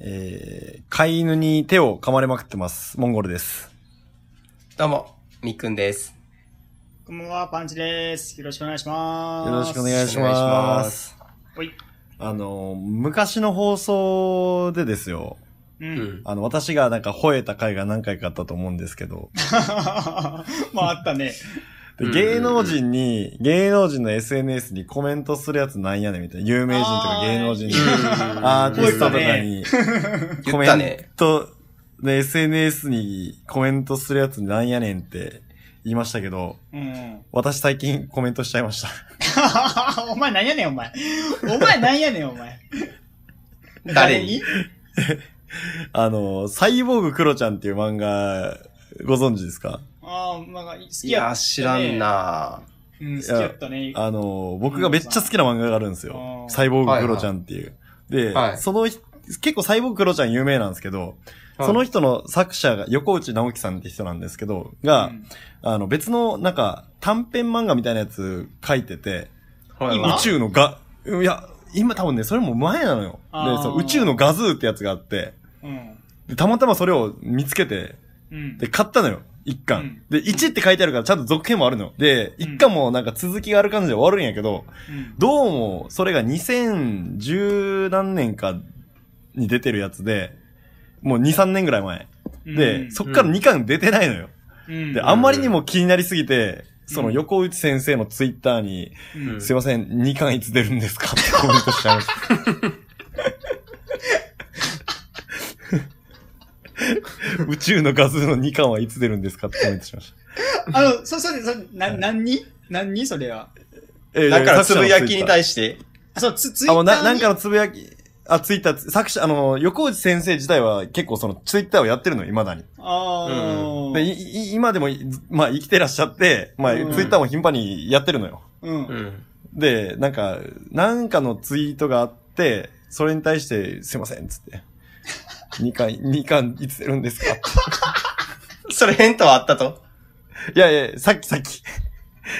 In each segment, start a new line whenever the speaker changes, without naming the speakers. えー、飼い犬に手を噛まれまくってます。モンゴルです。
どうも、みっくんです。
こんばんは、パンチです。よろしくお願いします。
よろしくお願いし
お願いし
ま。
ます
ほい。
あの、昔の放送でですよ。
う。
うんん。
あの、私がなんか吠えた回が何回かあったと思うんですけど、
まあ、あったね。
で
うん
芸能人に、芸能人の SNS にコメントするやつなんやねんみたいな。有名人とか芸能人とかアーティストとかに、コ
言っ
メ
た
ン
ね。
ト、ね、SNS にコメントするやつなんやねんって言いましたけど、
うん。
私最近コメントしちゃいました。
お前なんやねん、お前。お前なんやねん、お前。
誰に
あの、サイボーグクロちゃんっていう漫画、ご存知ですか
ああ、なんか、好き
い
やった、
や、
ね。
知らん。な
うん、好きやったね。
あの、僕がめっちゃ好きな漫画があるんですよ
う。ん
サイボーグクロちゃんっていう。で、
はい
その、結構サイボーグクロちゃん有名なんですけど、その人の作者が横内直樹さんって人なんですけど、が、
うん
あの別のなんか短編漫画みたいなやつ書いてて、
はい
今
宇宙のが、うんいや、今多分ね、それも前なのよ。
あ
で、
ー
そう宇宙のガズーってやつがあって、
うん。
でたまたまそれを見つけて、
うん。
で、買ったのよ。一巻。
うん
で、1って書いてあるからちゃんと続編もあるのよ。で、一巻もなんか続きがある感じで終わるんやけど、
うん
どうも、それが2010何年かに出てるやつで、もう2、3年ぐらい前。で、
うん
そっから2巻出てないのよ。
うん
で、あんまりにも気になりすぎて、その
うん
横内先生のツイッターに、
うん
すいません、2巻いつ出るんですかってコメントしちゃいま した。宇宙の画像の2巻はいつ出るんですかってコメントしました。
あの、そ、そ、そ、な、何に何にそれは。
え
い。だから、つぶやきに
し
対して。
あ、そう、つ、つ
て。あ、もうな、なんかのつぶやき、あ、ツイッター、作者、あの、横内先生自体は結構そのツイッターをやってるのよ、未だに。
ああ。
で、いい今でも、まあ生きてらっしゃって、まあツイ
うん
ッターも頻繁にやってるのよ。
うん。うん。
ん。
で、なんか、なんかのツイートがあって、それに対して、すいません、つって。2巻、2巻いつ出るんですか
それ返答あったと
いやいや、さっきさっき。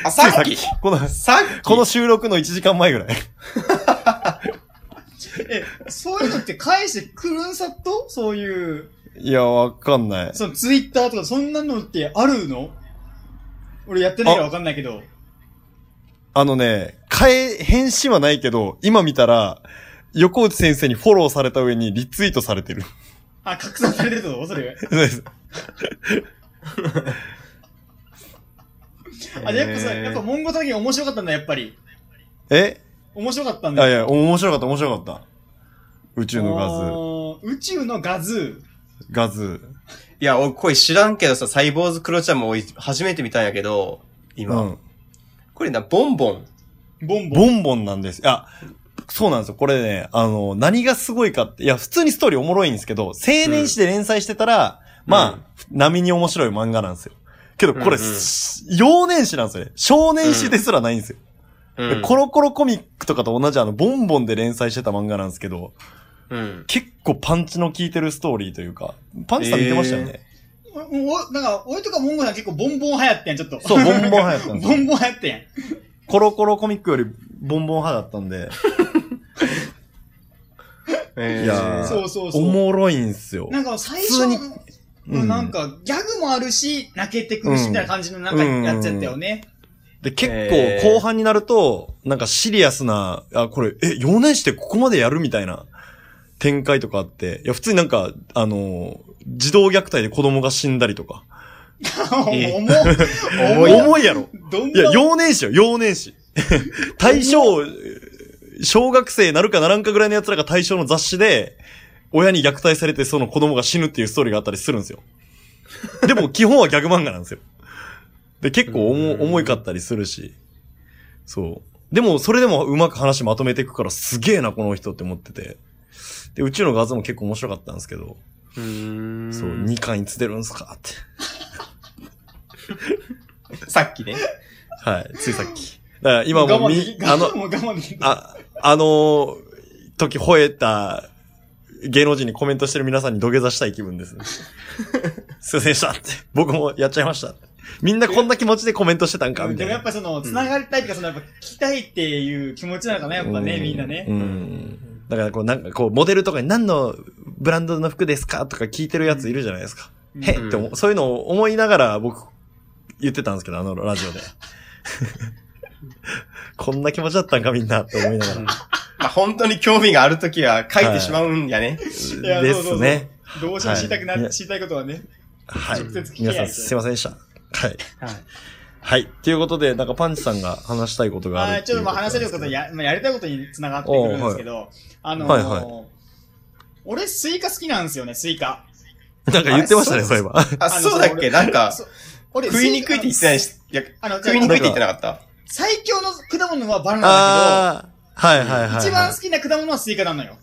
あ、さ っき
ついこの、
さっき
この収録の1時間前ぐらい。
え、そういうのって返してくるんさとそういう。
いや、わかんない。
そのツイッターとかそんなのってあるの俺やってないからわかんないけど。
あのね、変え、返信はないけど、今見たら、横内先生にフォローされた上にリツイートされてる。
あ、拡散されてるってことそれ。あ、やっぱさ、やっぱモンゴタギ面白かったんだ、やっぱり。
え
面白かったん
いや
だ。
い
宇
や、面白かった、面白かった。宇宙の画
宇宙のガズ
図。画図。
いや、俺、声知らんけどさ、サイボーズクロちゃんも俺初めて見たんやけど、
う
今。
ん。
これな、ボンボン。
ー、ボンボン。
ボンボンなんです。いや、そうなんですよ。これね、あの、何がすごいかって、いや、普通にストーリーおもろいんですけど、青年誌で連載してたら、
うん
まあ、波に面白い漫画なんですよ。けど、これ、
うんうん
し幼年誌なんですよね。少年誌ですらないんですよ。
うん
コロコロコミックとかと同じあの、ボンボンで連載してた漫画なんですけど、
うん。
結構パンチの効いてるストーリーというか、パンチさん見てましたよね。
お、おなんか、俺とかモンゴさん結構ボンボン流行ってん、ちょっと。
そう、 ボンボン 派やったんです
ボ
よ。
ンボン流行ってん。
コロコロコミックよりボンボン派だったんで、
え
いやー
そうそうそう
おもろいんすよ。
なんか最
普
初の、
うん
なんか、ギャグもあるし、泣けてくるし、みたいな感じのなんかやっちゃったよね。
で、結
え
構
ー
後半になると、なんかシリアスな、あ、これ、え、4年してここまでやるみたいな展開とかあって、いや、普通になんか、あのー児童虐待で子供が死んだりとか。
え
重っ重
重
い
い
な。
やろ
どん
いや、
な
幼年誌よ、幼年誌。大正、小学生なるかならんかぐらいの奴らが対象の雑誌で、親に虐待されてその子供が死ぬっていうストーリーがあったりするんですよ。でも基本はギャグ漫画なんですよ。で、結構重
うん
重いかったりするし。そう。でも、それでもうまく話まとめていくからすげえな、この人って思ってて。で、宇宙の画像も結構面白かったんですけど、
うーん。
そう、2巻いつ出るんすかって。
さっきね。
はい、ついさっき。だから今もう
我慢
み
でき、
あの、
もう我慢できん
あ、あの時吠えた芸能人にコメントしてる皆さんに土下座したい気分 です。すいませんでしたって。僕もやっちゃいました。みんなこんな気持ちでコメントしてたんかみた
で
い
もやっ
な。
ぱその、繋がりたいとか、その、やっぱ聞きたいっていう気持ちなのかな、やっぱね、みんなね
う。ん。だからこうなんかこうモデルとかに何のブランドの服ですかとか聞いてるやついるじゃないですか。
うん
へっって思う、そういうのを思いながら僕、言ってたんですけど、あのラジオで。 こんな気持ちだったんかみんなって思いながら。
まあ本当に興味があるときは書いてしまうんやね。
いや
で
そうそう
す
そう
ね。
どうしても知りたくな、
はい
知りたいことはね。
はい
直接聞。けない
皆さんすいませんでした。はい。
はい
はい。ということで、なんかパンチさんが話したいことがあ
あ
る
ーちょっとまあ話せることや、まあ、やりたいことにつながってくるんですけど、あのー
はいはい
俺スイカ好きなんですよね、スイカ。
なんか言ってましたね、
あれ
そういえば。
あ、
あの
そうだっけなんか、
そ俺
食いにくいって言ってない
スイ
し、いや、
カあの、
食いにくいって言ってなかった。
最強の果物はバナナだ
ああ、はいはいはい
け
は
ど、
い。
一番好きな果物はスイカなのよ。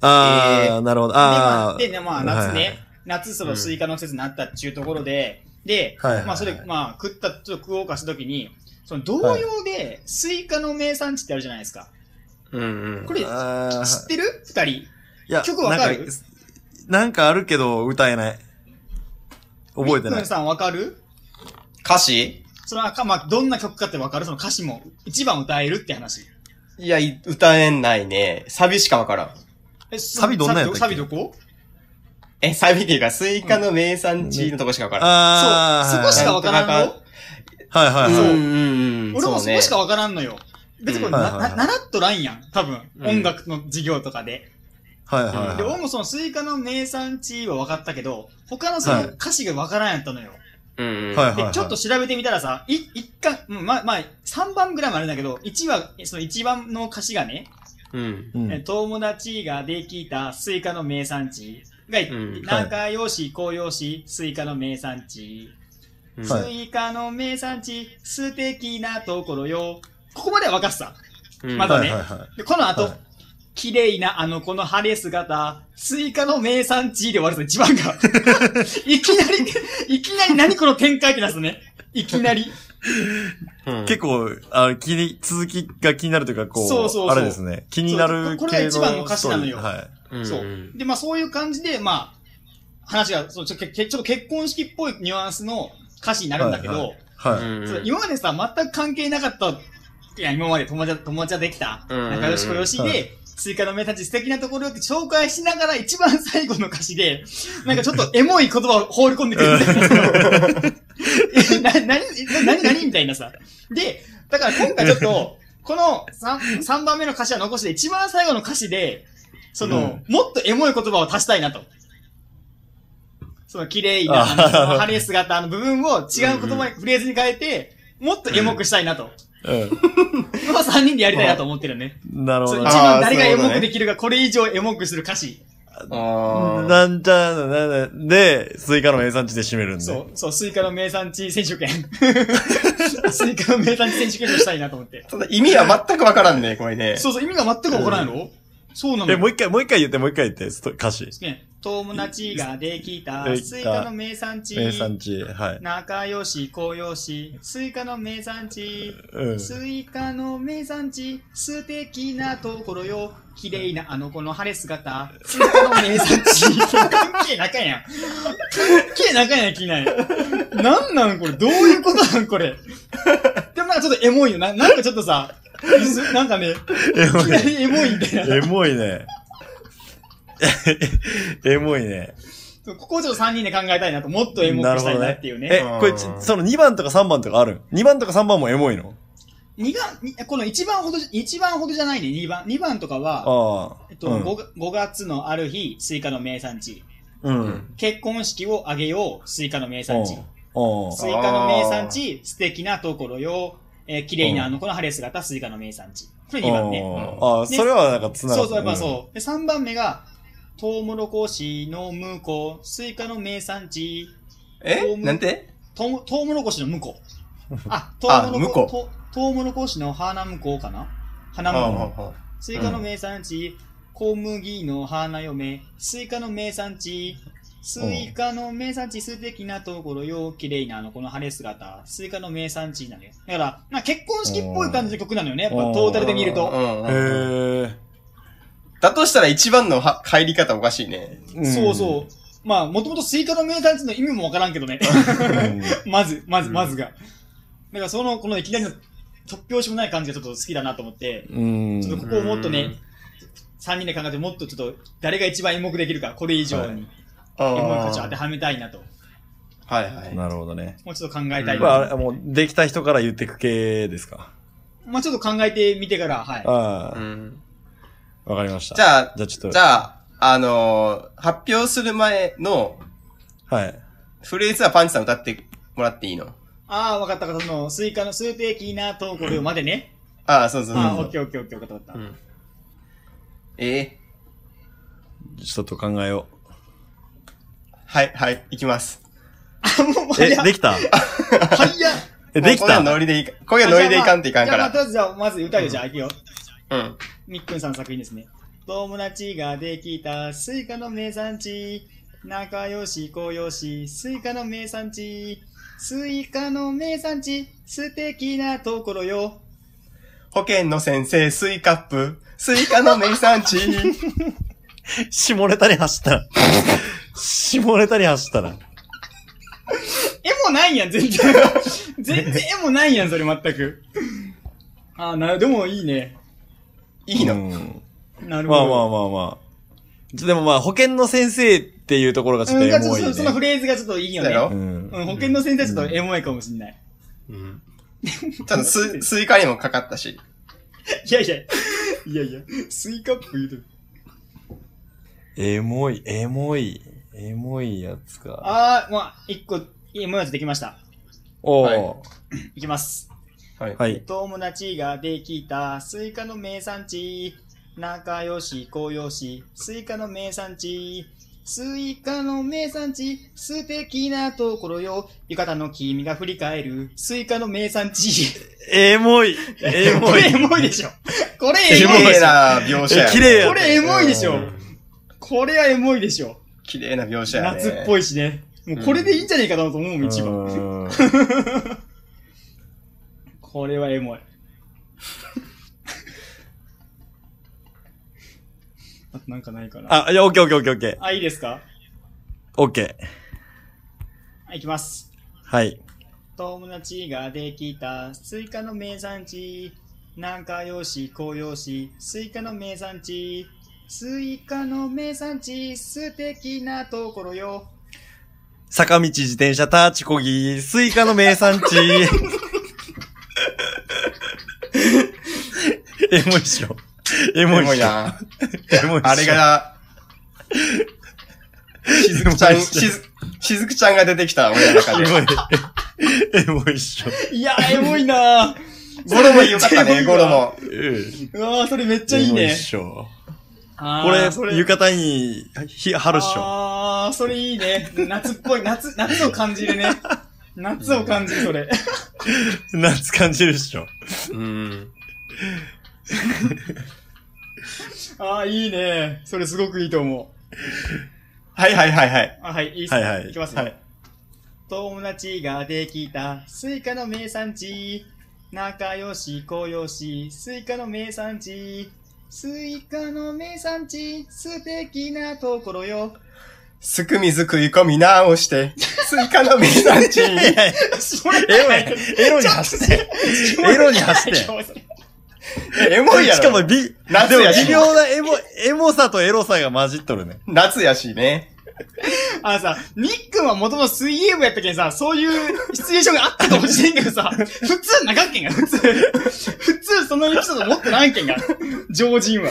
ああ、なるほど。ああ。
で、まあ、でまあ、夏ね、
はい
夏そのスイカの季節になったっちゅうところで、で、
はいはいはい
まあ、それ、まあ、食った、ちょっと食おうかしたときに、その同様で、スイカの名産地ってあるじゃないですか。
うんうん
こ。れ、知
あ
っ
ー
てる二人。
いや
曲わかる
なんなんかあるけど、歌えない。覚えて
みっ
な
く
い
ん。さんわかる
歌詞
それはか、まあ、どんな曲かってわかるその歌詞も、一番歌えるって話。
いや、い歌えないね。サビしかわからん。
え、
サビどんなんやったっけ
サビどこ
え、サビっていうか、スイカの名産地のとこしかわからん。
ああ。
そう、そこしかわからん
はい
の
はいはいは
う
い。
んうんうん。
俺もそ
そうね
こしかわからんのよ。別にこれ、
うん
な、
はいはいは
ない習っとらんやん。多分、
うん
音楽の授業とかで。
はいはい
で、
は
俺
い。
もそのスイカの名産地は分かったけど、他のその
はい
歌詞が分からんやったのよ。
うんうん。
はい
で、ちょっと調べてみたらさ、い、一巻、うんまあ、まあ、3番ぐらいまであるんだけど、1は、その1番の歌詞がね、
うん。
うん
え友達ができたスイカの名産地が、
ん
仲良し、紅葉し、スイカの名産
うん
地。
はい
スイカの名産地、素敵なところよ。ここまでは分かってた。
うん
まだね
はいはいはい
で、この後、
はい
綺麗なあの子の晴れ姿、スイカの名産地で終わるぞ、一 番が。いきなり、いきなり何この展開ってなすね。いきなり。
うん
結構、あの、気に、続きが気になるというか、こう、
そうそうそう
あれですね。気にな
そう
る
ここ
系
れが
の
一番の歌詞なのよ
ストーリーはい。
うん
そ
うん
う。で、まあそういう感じで、まあ、話が、そうちょけけちょっと結婚式っぽいニュアンスの歌詞になるんだけど、
はいはい。
そう今までさ、全く関係なかった、いや、今まで友達、友達はできた、
うんうんうん
仲良しこよしで、
はい
スイカの名たち素敵なところよって紹介しながら一番最後の歌詞 で、なんかちょっとエモい言葉を放り込んでくるんだけどえな、 な、な、な、なにみたいなさ。で、だから今回ちょっと、この 3, 3番目の歌詞は残して、一番最後の歌詞で、その、もっとエモい言葉を足したいなと。その綺麗な、あの
あはは
その晴れ姿の部分を違う言葉に、フレーズに変えて、もっとエモくしたいなと。まあ3人でやりたいなと思ってるよね。
うん。なるほ
そう
ど
一
な。
番誰が
あー
エ
そうだ
モ
ね
くできるか、これ以上エモくする歌詞。
あー
なんちゃらなんだで、スイカの名産地で締めるんで。
そう、そう、スイカの名産地選手権。 スイカの名産地選手権をしたいなと思って。
ただ意味は全くわからんね、これね。
そうそう、意味が全くわからんやろそうなの
え、
よ
もう一回、もう一回言って、もう一回言って、スト歌詞。
ね、友達ができた、
できた
スイカの名産地。
名産地。はい。
仲良し、紅葉し、スイカの名産地。
うん。
スイカの名産地、素敵なところよ。綺麗なあの子の晴れ姿、スイカの名産地。 関係なかんやん。関係なかんやん、きない。なんなんこれ、どういうことなんこれ。でもなんかちょっとエモいよ。ななんかちょっとさ、なんかね、い
エモ
きなりエモいみたい
い。エモいね。 エモいね。
な。ここをちょっと3人で考えたいなと、もっとエモ
な
く
るほ
したい
ど
な
ね
っていうね。
え、これ、ちその2番とか3番とかある ?2 番とか3番もエモいの
二が、にこの一番ほどじ、一番ほどじゃないね、二番。二番とかは、
ああ。
えっと、
うん
五が五月のある日、スイカの名産地。
うん。
結婚式をあげよう、スイカの名
うん
産地。。
うん
スイカの名産地、素敵なところよ、えー綺麗なあの子の晴れ姿、スイカの名産地。こ れ二番ね。
あーあー、
ね
それはなんか繋が
そ
って
うそう、やっぱそう。で、三番目が、トウモロコシの向こう、スイカの名産地、
えなんて
トウトウモロコシの向こう。あ、ト
あ
ウモロ
向
コトウトウモロコシの花向こうかな花向こう。
あ
スイカの名産地、小麦の花嫁、スイカの名産地、スイカの名産地、素敵なところよ、綺麗なあの、この晴れ姿、スイカの名産地なのよ。だから、なんか結婚式っぽい感じの曲なのよね、やっぱ
うん
トータ
それ
ルで見る
う
と。
ん
うん。
うんうん
へえ。
だとしたら一番のは入り方おかしいね。
ん
そうそう。まあ、もともとスイカの名産地の意味もわからんけ どね。
うん。
まず、まず、
うん
まずが。だから、その、このいき なりの突拍子もない感じがちょっと好きだなと思って、
うん。
ちょっとここをもっとね、 3人で考えてもっとちょっと、誰が一番演目できるか、これ以上に演目価値を当てはめたいなと、
はいはい。
なるほどね。
もうちょっと考えたい
これ
な。
あれ、もう、できた人から言ってく系ですか。
まあちょっと考えてみてから、はい。
あ
う
あ、
ん。
わかりました。
じゃあ、
じゃあちょっ
じ
と、
ゃあ、あのー発表する前の
はい。
フレーズはパンチさん歌ってもらっていいの
ああ、わかったわかった。その、スイカの数的なトークルまでね。
ああ、そうそうそう
ああ、
そう
オッケーオッケーオッケー、わかった
う
わかっ
んえ
ちょっと考えよ
ー、はい、はい、いきます。
た。あ、 もう、もう
う。え、
早っ
できた
早っ
え、でき
もうこういう
た
のノリでいいか、こういうのノリでいかんといかんか
じゃあまあ
ら。
じゃあ、まず歌うよ、じゃあ、いくよ。
うん。
みっくんさんの作品ですね。友達ができたスイカの名産地。仲良し、こよし、スイカの名産地。スイカの名産地、素敵なところよ。
保健の先生、スイカップ、スイカの名産 地。
下ネタに走 ったら。下ネタに走ったら。
絵もないやん、全然。全然絵もないやん、それ全く。あーな、でもいいね。
いいの、
うん
なるほ
まあ
ど。
まあまあまあ。ちょでもまあ、保険の先生っていうところがちょっとエ
うん、ちょっ
モい
と
ね。
そのフレーズがちょっといいよね。
だろ
うん
うん、保険の先生はちょっとエモいかもしんない。
うん、ちょっとススイカにもかかったし。
いやいや、いやいや、スイカップ言うとる。
エモい、エモい、エモいやつか。
あー、まあ、一個、エモいやつできました。
お
はい
お、
いきます。
はい。
はい。
友達ができたスイカの名産地。仲良し、高良し、スイカの名産地。スイカの名産地、素敵なところよ。浴衣の君が振り返る、スイカの名産地。
エモい、エ
こ
モい
れエ。モいでしょ。これエ
綺
モいで
麗
しょ。
な描写や、ね。
え綺麗や
これエモいでしょ
うん
これはエモいでしょ。
綺麗な描写や、ね。
夏っぽいしね。もうこれでいいんじゃねえかなと思うもん、一番。
うん
これはエモい。あとなんかないかな。あ、
あ、いや、オッケーオッケーオッケーオッケー。
いいですか
オッケー。
はい、いきます。
はい。
友達ができたスイカの名産地。仲良し、紅葉し、スイカの名産地。スイカの名産地、素敵なところよ。
坂道自転車ターチコギ、スイカの名産地。エモいっしょ。エモ
エ
いっ
モい
しょ。
な。
エモいっしょ。
あれが、な、しずくち ゃん、しず、しずくちゃんが出てきた、俺の中
エ
で。
モい。エモいっしょ。
い やー、エモいなー。
ゴロもよかったね、ゴロも。
うん。
うわー、それめっちゃいい
エモっ
ね。
しょ。
あ
これ
ーそ、れ
浴衣に、ひ、貼るっしょ。
あー、それいいね。夏っぽい。夏、夏を感じるね。夏を感じる、それ。
夏感じるっしょ。
うん。
ああ、いいね。それすごくいいと思う。
はいはいはいはい。
あ、はい、いいっす
は
ね。
いはい。
いきますよ、友達ができたスイカの名産地。仲良し、小良し、スイカの名産地。スイカの名産地、素敵なとこ ろよ。
すくみず食い込み直して、 スイカの名産地。
いやいや
それ
エロ や、エロに走って。エロに走って。
エモいや
し
ろ。
かも、び、
夏
でも
やし
微妙なエモ、エモさとエロさが混じっとるね。
夏やしね。
あのさ、みっくんはもともと水泳部やったけんさ、そういうシチュエーションがあったかもしれんけどさ、普通なかっけんが、普通。普通そのエピソード持ってないけんが、常人は。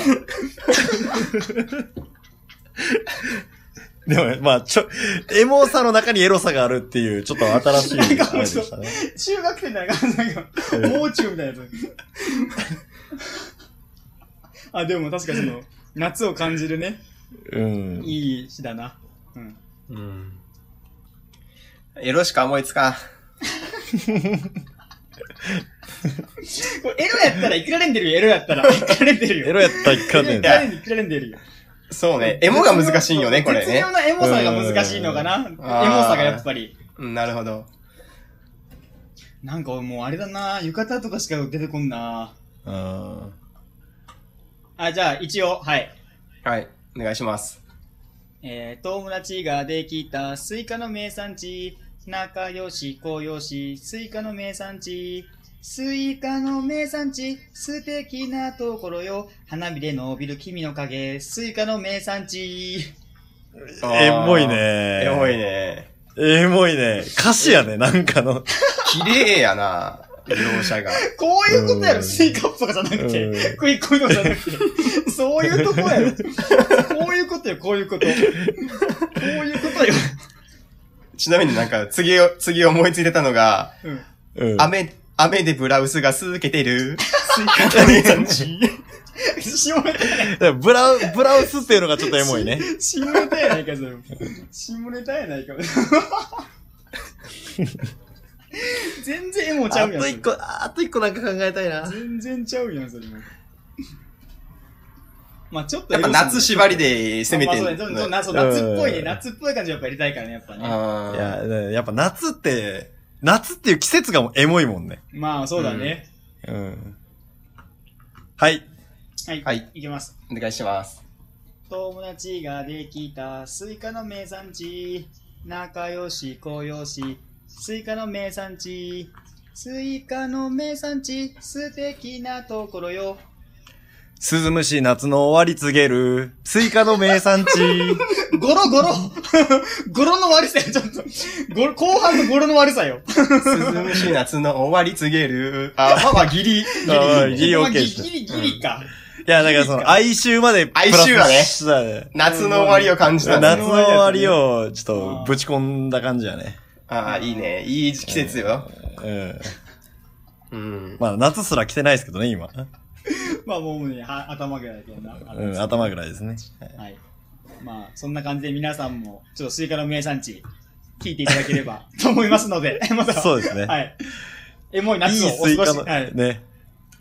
でも、まあ、ちょ、エモさの中にエロさがあるっていう、ちょっと新しいあれでした ね。
中学生みたいな感じ、なんか、もう中みたいなやつ。あ、でも確かにその、夏を感じるね、
うん。
いい詩だな。うん。
うん。エロしか思いつかん。
これエロやったらいくられんでるよ、エロやったら。いくられんでるよ。
エロやったら一回
い
ね
く。られんでるいくられんでるよ。
そうね。エモが難しいんよね、これ
絶
ね
妙。なエモさが難しいのかな。エモさがやっぱり。
うん、なるほど。
なんかもうあれだな浴衣とかしか出てこんな
うん。
あ、じゃあ一応、はい。
はい。お願いします。
えー、友達ができたスイカの名産地。仲良し、紅葉し、スイカの名産地。スイカの名産地、素敵なところよ。花火で伸びる君の影、スイカの名産地。
あー
エモいね。
エモい。ね。
エモいね。歌詞やね、なんかの。
綺麗やな、描写が。
こういうことや
う
ろ、
ん
スイカップとかじゃなく
うん
て、食い込みとかじゃなくて。そういうとこやろ。こういうことよ、こういうこと。こういうことよ。
ちなみになんか、次を、次思いついてたのが、
うん
うん。
雨、雨でブラウスが続けてる。スイカの名産地。
下ネタや
だからブラウ、ブラウスっていう のがちょっとエモいね。
下ネタやないか、それ。下ネタやないか。全然エモちゃ
あ
うやん。
と
それ
一個、あと一個なんか考えたいな。
全然ちゃうやん、それも。まあちょっと
やっぱ夏縛りで攻めて
まあ
る
まあそうねそうねそ
う
う
ん
夏っぽいね、夏っぽい感じやっぱやりたいからね、やっぱね。
あ
い
ー
や、やっぱ夏って、夏っていう季節がもうエモいもんね。
まあそうだね。
うん。はい。
はい。
はいい。
きます。
お願いします。
友達ができたスイカの名産地。仲良し、小良し、スイカの名産地。スイカの名産地、素敵なところよ。
涼むし夏の終わり告げる、スイカの名産地。
ゴロゴロゴロの悪さよ、ちょっと。ゴロ後半のゴロの悪さよ。
涼むし夏の終わり告げる。あ、まあまあギリ、ギリ。
あーギリ
ま あ
OK
ギ
です
リギリか。
いや、だからその、哀愁までプラス
哀愁はね
したね。
夏の終わりを感じたね。
夏の終わりを、ちょっと、ぶち込んだ感じやね。
ああ、いいね。いい季節よ。
うん。
うん。
まあ、夏すら来てないですけどね、今。
まあもうね、は頭ぐらいだけどな。
うん、頭ぐらいですね。
はい。まあ、そんな感じで皆さんも、ちょっとスイカの名産地、聞いていただければと思いますので、また、
そうですね。
はい。エモい
いい
夏をお
スイ
過
カ
ご
の、
し、はい。
ね。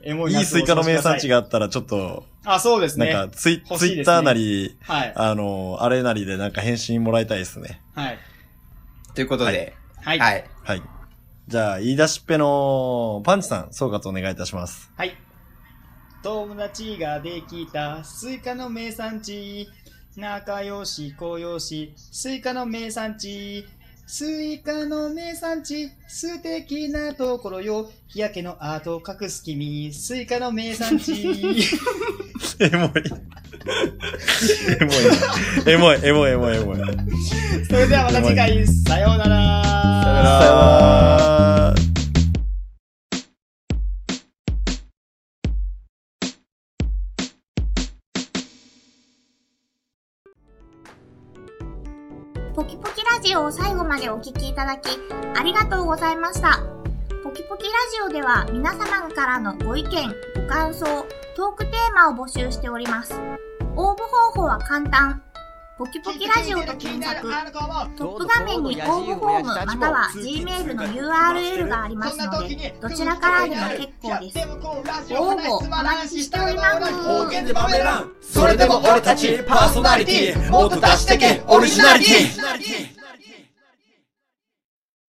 エモい
いい
夏を
ス
お
イカ
過ご
の
しく
名
ださい
産地があったら、ちょっと、
あ、そうです
な
ね。
んかツイ、
欲
ツ
しい
イ
で
ッ
すね
ターなり、
はい。
あの、あれなりでなんか返信もらいたいですね。
はい。
ということで、
はい。
はい。
はい。じゃあ、言い出しっぺのパンチさん、総括お願いいたします。
はい。友達ができたスイカの名産地。仲良し、小良し、スイカの名産地。スイカの名産地、素敵なところよ。日焼けの跡を隠す君、スイカの名産地。
エモい。エモい。エモい、エモい、エモい、エモい。
それではまた次回、さようなら。
さよな
さようなら。
ポキポキラジオを最後までお聞きいただき、ありがとうございました。ポキポキラジオでは皆様からのご意見、ご感想、トークテーマを募集しております。応募方法は簡単。ポキポキラジオと検索、トップ画面に応募フォームまたは Gmail の URL がありますので、どちらからでも結構です。
す
応募お待ちしております。
でバメランそれでも俺たちパーソナリティもっと出してけオリジナリティ